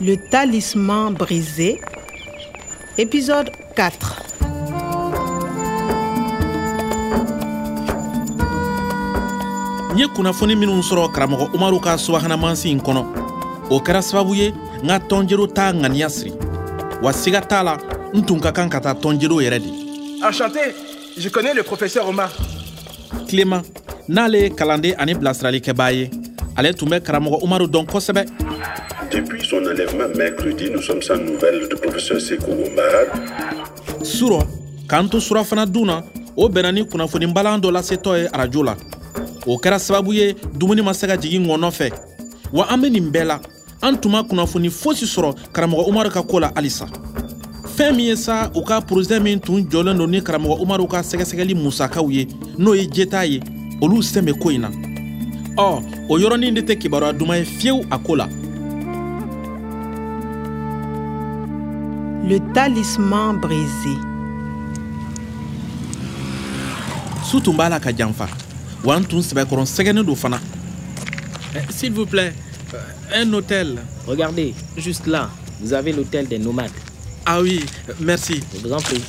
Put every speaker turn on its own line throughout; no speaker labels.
Le talisman brisé, épisode 4.
n ye kunnafoni minw sɔrɔ karamɔgɔ umaru ka subahanamasi in kɔnɔ o kɛra sababu ye n ka tɔnjeliw t'a ŋaniya siri wa siga t'a la n tun ka kan ka taa tɔnjeliw yɛrɛ de
Enchanté, je connais le professeur Omar.
tilema n'ale ye kalanden ani bilasiralikɛbaa ye ale tun bɛ karamɔgɔ umaru dɔn kosɛbɛ
Depuis son enlèvement mercredi, nous sommes sans nouvelles du professeur Sekou Omar.
surɔ k'an to surafana dun na o bɛnna ni kunnafonibalan dɔ lasetɔ ye arajo la o kɛra sababu ye dumuni ma se ka jigin ŋɔnɔ fɛ wa an be nin bɛɛ la an tun ma kunnafoni fosi sɔrɔ karamɔgɔ umaru ka koo la halisa fɛɛn min ye sa u ka porozɛ min tun jɔlen don ni karamɔgɔ umaru ka sɛgɛsɛgɛli musakaw ye n'o ye jeta ye olu sɛn bɛ ko in na ɔ o yɔrɔnin de tɛ kibaruya duman ye fiyewu a koo la
Le talisman brisé.
su tun b'a la ka janfa wa n tun sɛbɛkɔrɔ sɛgɛnnen don fana Eh,
S'il vous plaît,
euh,
un hôtel.
Regardez, juste là, vous avez l'hôtel des nomades.
Ah oui, merci.
Je vous en prie.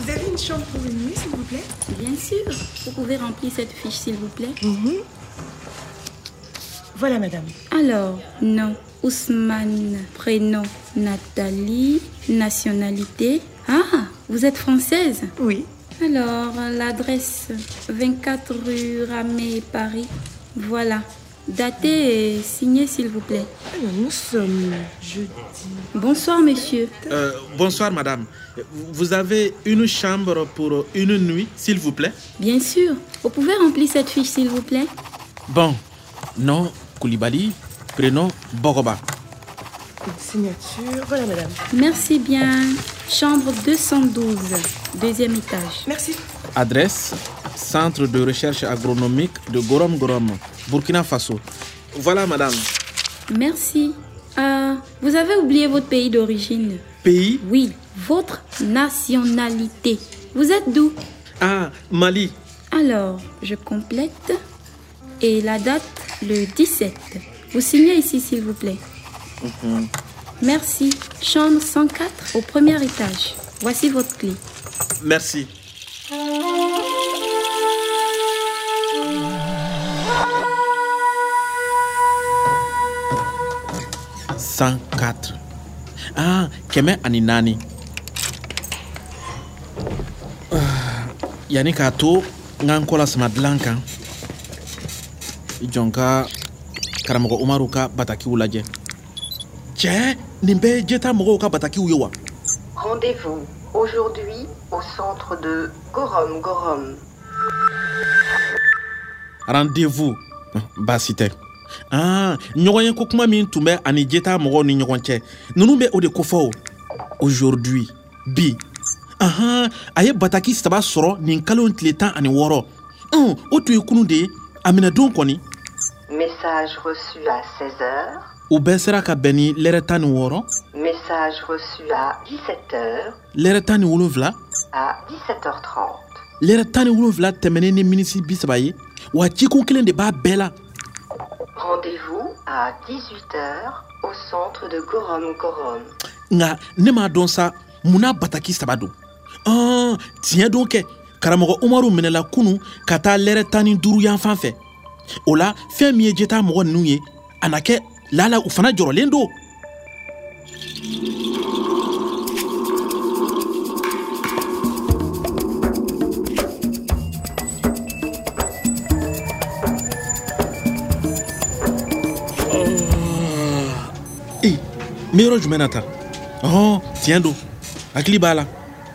Vous avez une chambre pour une nuit, s'il vous plaît
Bien sûr, vous pouvez remplir cette fiche s'il vous plaît.
Voilà, madame.
Alors, nom, Ousmane, prénom, Nathalie, nationalité. Ah, vous êtes française
Oui.
Alors, l'adresse 24 rue Ramée, Paris. Voilà. Datez et signez s'il vous plaît.
Alors, nous sommes jeudi.
Bonsoir monsieur.
Euh, bonsoir madame. Vous avez une chambre pour une nuit, s'il vous plaît
Bien sûr, vous pouvez remplir cette fiche s'il vous plaît.
Bon, nom Koulibaly, prénom Bogoba.
Une signature. Voilà, madame.
Merci bien. Chambre 212, deuxième étage.
Merci.
Adresse Centre de recherche agronomique de Gorom Gorom, Burkina Faso. Voilà madame.
Merci. Euh, vous avez oublié votre pays d'origine.
Pays
Oui, votre nationalité. Vous êtes d'où
Ah, Mali.
Alors, je complète. Et la date, le 17. Vous signez ici, s'il vous plaît. Merci. Chambre 104 au premier étage. Voici votre clé.
Merci. Cent quatre. Ah, kɛmɛ ani naani. Ah, Yanni k'a to n ka n kɔ lasama dilan kan i jɔn ka karamɔgɔ umaru ka batakiw lajɛ cɛ nin bɛɛ ye jeta mɔgɔw ka batakiw ye wa
Rendez-vous aujourd'hui au centre de Gorom Gorom.
rendez-vous baasi tɛ ah, ɲɔgɔn ye ko kuma min tun bɛ ani jeta mɔgɔw ni ɲɔgɔn cɛ ninnu bɛ o de kofɔ o aujourd'hui bi ahan a ye bataki saba sɔrɔ nin kalo tile tan ani wɔɔrɔ Ɔn, o tun ye kunu de ye a minɛdon kɔni
Message reçu à 16h.
u bɛɛ sera ka bɛn ni lɛrɛ tan ni wɔɔrɔ
Message reçu à 17h
lɛrɛ tan ni wolonfila
à 17h30.
lɛrɛ tan ni wolonfila tɛmɛnen ni minisi bisaba ye wa cikun kelen de b'a bɛɛ la
Rendez-vous à 18h au centre de Gorom Gorom.
nka ne m'a dɔn sa mun n'a bataki saba don ɔn tiɲɛ don kɛ karamɔgɔ umaru minɛla kunu ka taa lɛrɛ tan ni duuru yan fan fɛ o la fɛn min ye jeta mɔgɔ ninnu ye a na kɛ lala u fana jɔrɔlen don e n bɛ yɔrɔ jumɛn na tan ɔhɔn tiɲɛ don hakili b'a la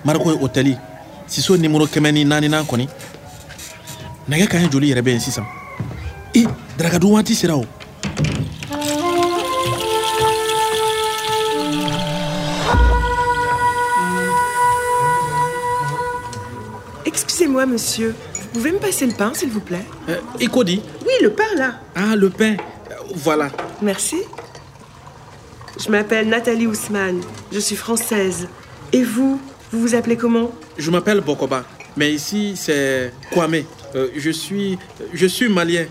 mariko ye hôteli siso nimoro kɛmɛ ni naaninan kɔni nɛgɛ ka ɲɛ joli yɛrɛ bɛ yen sisan e darakadun waati sera o
Excusez-moi, monsieur. Vous pouvez me passer le pain, s'il vous plaît
Euh, i ko di
Oui, le pain, là.
ah le pain Euh, voilà
Merci. Je m'appelle Nathalie Ousmane. Je suis française. Et vous Vous vous appelez comment
Je m'appelle Bokoba, mais ici c'est Kwame. Euh, je suis je suis malien.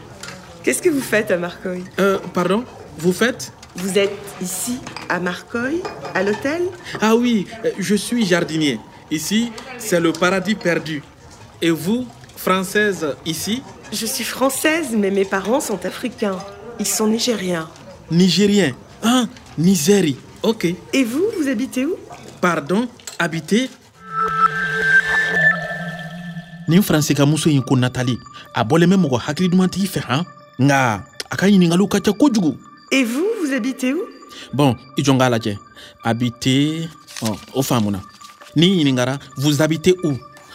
Qu'est-ce que vous faites à Marcoy
Euh, pardon Vous faites
Vous êtes ici, à Marcoy, à l'hôtel
Ah oui, euh, je suis jardinier. Ici, c'est le paradis perdu. Et vous, française, ici
Je suis française, mais mes parents sont africains. Ils sont nigériens.
Nigérien. Ah, Nigérie. Ok.
Et vous, vous habitez où
Pardon, habité nin faransekanmuso in ko natali a bɔlen bɛ mɔgɔ hakilidumatigi fɛ han nka a ka ɲiningaliw ka ca kojugu
Et vous, vous habitez où
bɔn i jɔn k'a lajɛ habité ɔ o faamuna n'i ɲiningara vous habitez où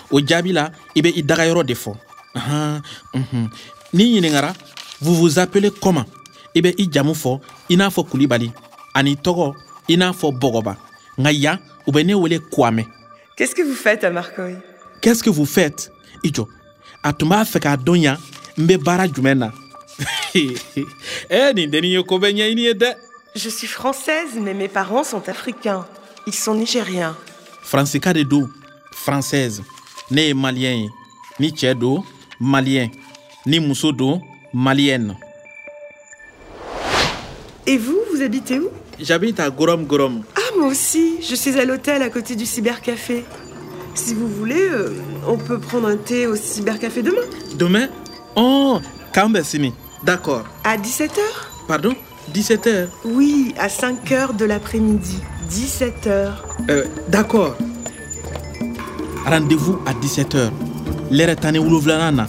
o jaabi la i bɛ i dagayɔrɔ de fɔ Ahan, unhun. n'i ɲiningara vous vous appelez comment i bɛ i jamu fɔ i n'a fɔ kulibali ani tɔgɔ i n'a fɔ bɔgɔba nka yan u bɛ ne wele kuamɛ
Qu'est-ce que vous faites à Marcoy
qu'est-ce que vous faites i jɔ a tun b'a fɛ k'a dɔn yan n bɛ baara jumɛn na ɛ nin dennin ye ko bɛ ɲɛɲini ye dɛ
Je suis française, mais mes parents sont africains. Ils sont nigériens.
faransika de don française ne ye maliyɛn ye ni cɛɛ don maliyɛn ni muso don maliyɛne
Et vous, vous habitez où
j'habite à gorom gorom
Ah, moi aussi, je suis à l'hôtel à côté du cybercafé. Si vous voulez, euh, on peut prendre un thé au cybercafé demain,
demain ɔ k'an bɛ sini d'accord
à 17h
pardon 17 heures
Oui, à 5h de l'après-midi. 17h.
Euh, d'accord. Rendez-vous à 17h. L'heure est année wolonwulanan na.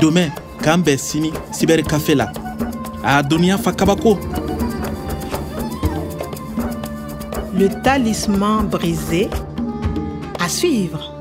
Demain, k'an bɛn sini cyber café la. A dɔnniya fa kabako.
Le talisman brisé. À suivre.